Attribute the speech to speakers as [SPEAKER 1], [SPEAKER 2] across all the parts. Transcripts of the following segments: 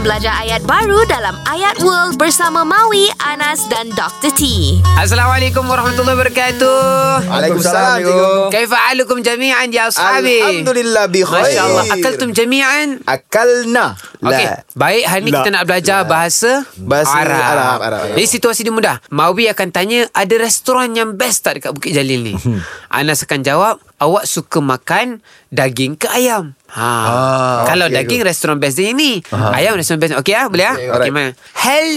[SPEAKER 1] belajar ayat baru dalam Ayat World bersama Maui, Anas dan Dr. T.
[SPEAKER 2] Assalamualaikum warahmatullahi wabarakatuh.
[SPEAKER 3] Ah. Waalaikumsalam, cikgu.
[SPEAKER 2] كيف حالكم جميعا يا أصحابي؟
[SPEAKER 3] Alhamdulillah bikhair.
[SPEAKER 2] ما شاء الله أكلتم جميعا؟
[SPEAKER 3] Akalna.
[SPEAKER 2] Okey,
[SPEAKER 3] La.
[SPEAKER 2] baik hari ni
[SPEAKER 3] La.
[SPEAKER 2] kita nak belajar bahasa
[SPEAKER 3] Bahasa Arab, Arab, Arab.
[SPEAKER 2] Jadi situasi dia mudah. Mawi akan tanya ada restoran yang best tak dekat Bukit Jalil ni?
[SPEAKER 3] Hmm.
[SPEAKER 2] Anas akan jawab, awak suka makan daging ke ayam? Ha.
[SPEAKER 3] Ah,
[SPEAKER 2] Kalau
[SPEAKER 3] okey,
[SPEAKER 2] daging restoran best dia ini. Ayam restoran best. Okey ah, boleh ah? Okey,
[SPEAKER 3] alright.
[SPEAKER 2] mana? Hal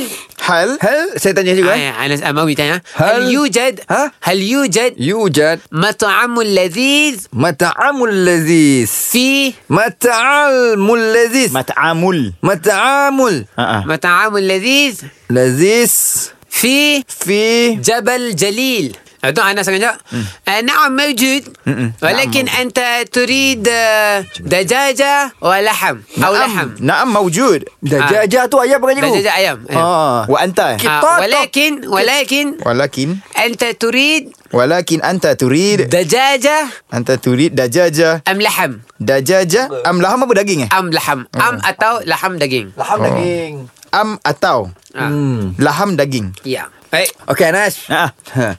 [SPEAKER 3] Hal. Hal. Saya tanya juga. eh.
[SPEAKER 2] Ah, Anas ah, Mawi tanya,
[SPEAKER 3] Hal-
[SPEAKER 2] hal yujad?
[SPEAKER 3] Ha?
[SPEAKER 2] Hal yujad
[SPEAKER 3] Yujad
[SPEAKER 2] mat'amul ladhiz
[SPEAKER 3] mata'amul lazis.
[SPEAKER 2] fi
[SPEAKER 3] Mata'amul lazis.
[SPEAKER 4] Mat'amul.
[SPEAKER 3] Mata'amul
[SPEAKER 2] آه،
[SPEAKER 4] Ha
[SPEAKER 2] mat'amul ladhiz
[SPEAKER 3] lazis
[SPEAKER 2] fi
[SPEAKER 3] fi
[SPEAKER 2] جبل جليل هذا انا سكنجا آه نعم موجود ولكن انت تريد آه، دجاجه ولحم او لحم آه،
[SPEAKER 3] Naam mawjud.
[SPEAKER 4] Dajajah tu ayam bukan cikgu?
[SPEAKER 2] دجاجه ايام آه،
[SPEAKER 3] Ah.
[SPEAKER 4] Wa anta eh?
[SPEAKER 3] قطاطة.
[SPEAKER 2] ولكن ولكن
[SPEAKER 3] Walakin
[SPEAKER 2] انت تريد
[SPEAKER 3] walakin anta turid
[SPEAKER 2] دجاجه
[SPEAKER 3] anta turid dajaja
[SPEAKER 2] ام لحم
[SPEAKER 3] dajaja am laham apa daging eh?
[SPEAKER 2] ام لحم ام اتو لحم دجين
[SPEAKER 4] Laham daging.
[SPEAKER 3] Oh. Am atau
[SPEAKER 4] Ah.
[SPEAKER 3] Hmm.
[SPEAKER 2] آه.
[SPEAKER 3] laham daging.
[SPEAKER 2] يا إيه.
[SPEAKER 5] اوكي ناس
[SPEAKER 4] Ha.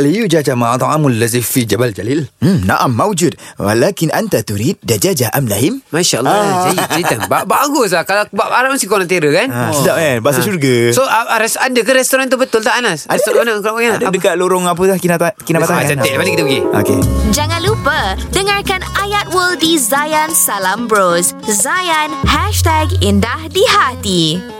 [SPEAKER 5] هل يوجد مطعم الذي في جبل جليل؟
[SPEAKER 3] Hmm, naam mawjud. Walakin anta turid dajaja am lahim?
[SPEAKER 2] Masya
[SPEAKER 4] Ah.
[SPEAKER 2] Allah eh, Jadi cerita ba- Bagus lah Kalau bab Arab mesti korang tera kan
[SPEAKER 4] Ha, sedap kan? Bahasa syurga.
[SPEAKER 2] So ah, ah, res- ada ke restoran tu betul tak Anas?
[SPEAKER 4] Ada,
[SPEAKER 2] Restoran
[SPEAKER 4] ada.
[SPEAKER 2] mana korang panggil?
[SPEAKER 4] Eh,
[SPEAKER 3] Ah,
[SPEAKER 4] Ada
[SPEAKER 2] Apa?
[SPEAKER 4] dekat lorong apa dah Kinabatan Kinabatan.
[SPEAKER 2] Ah, cantik. Mari kita pergi.
[SPEAKER 4] Okey.
[SPEAKER 1] Jangan lupa, dengarkan Ayat World di Zayan Salam Bros. Zayan, hashtag indah di hati.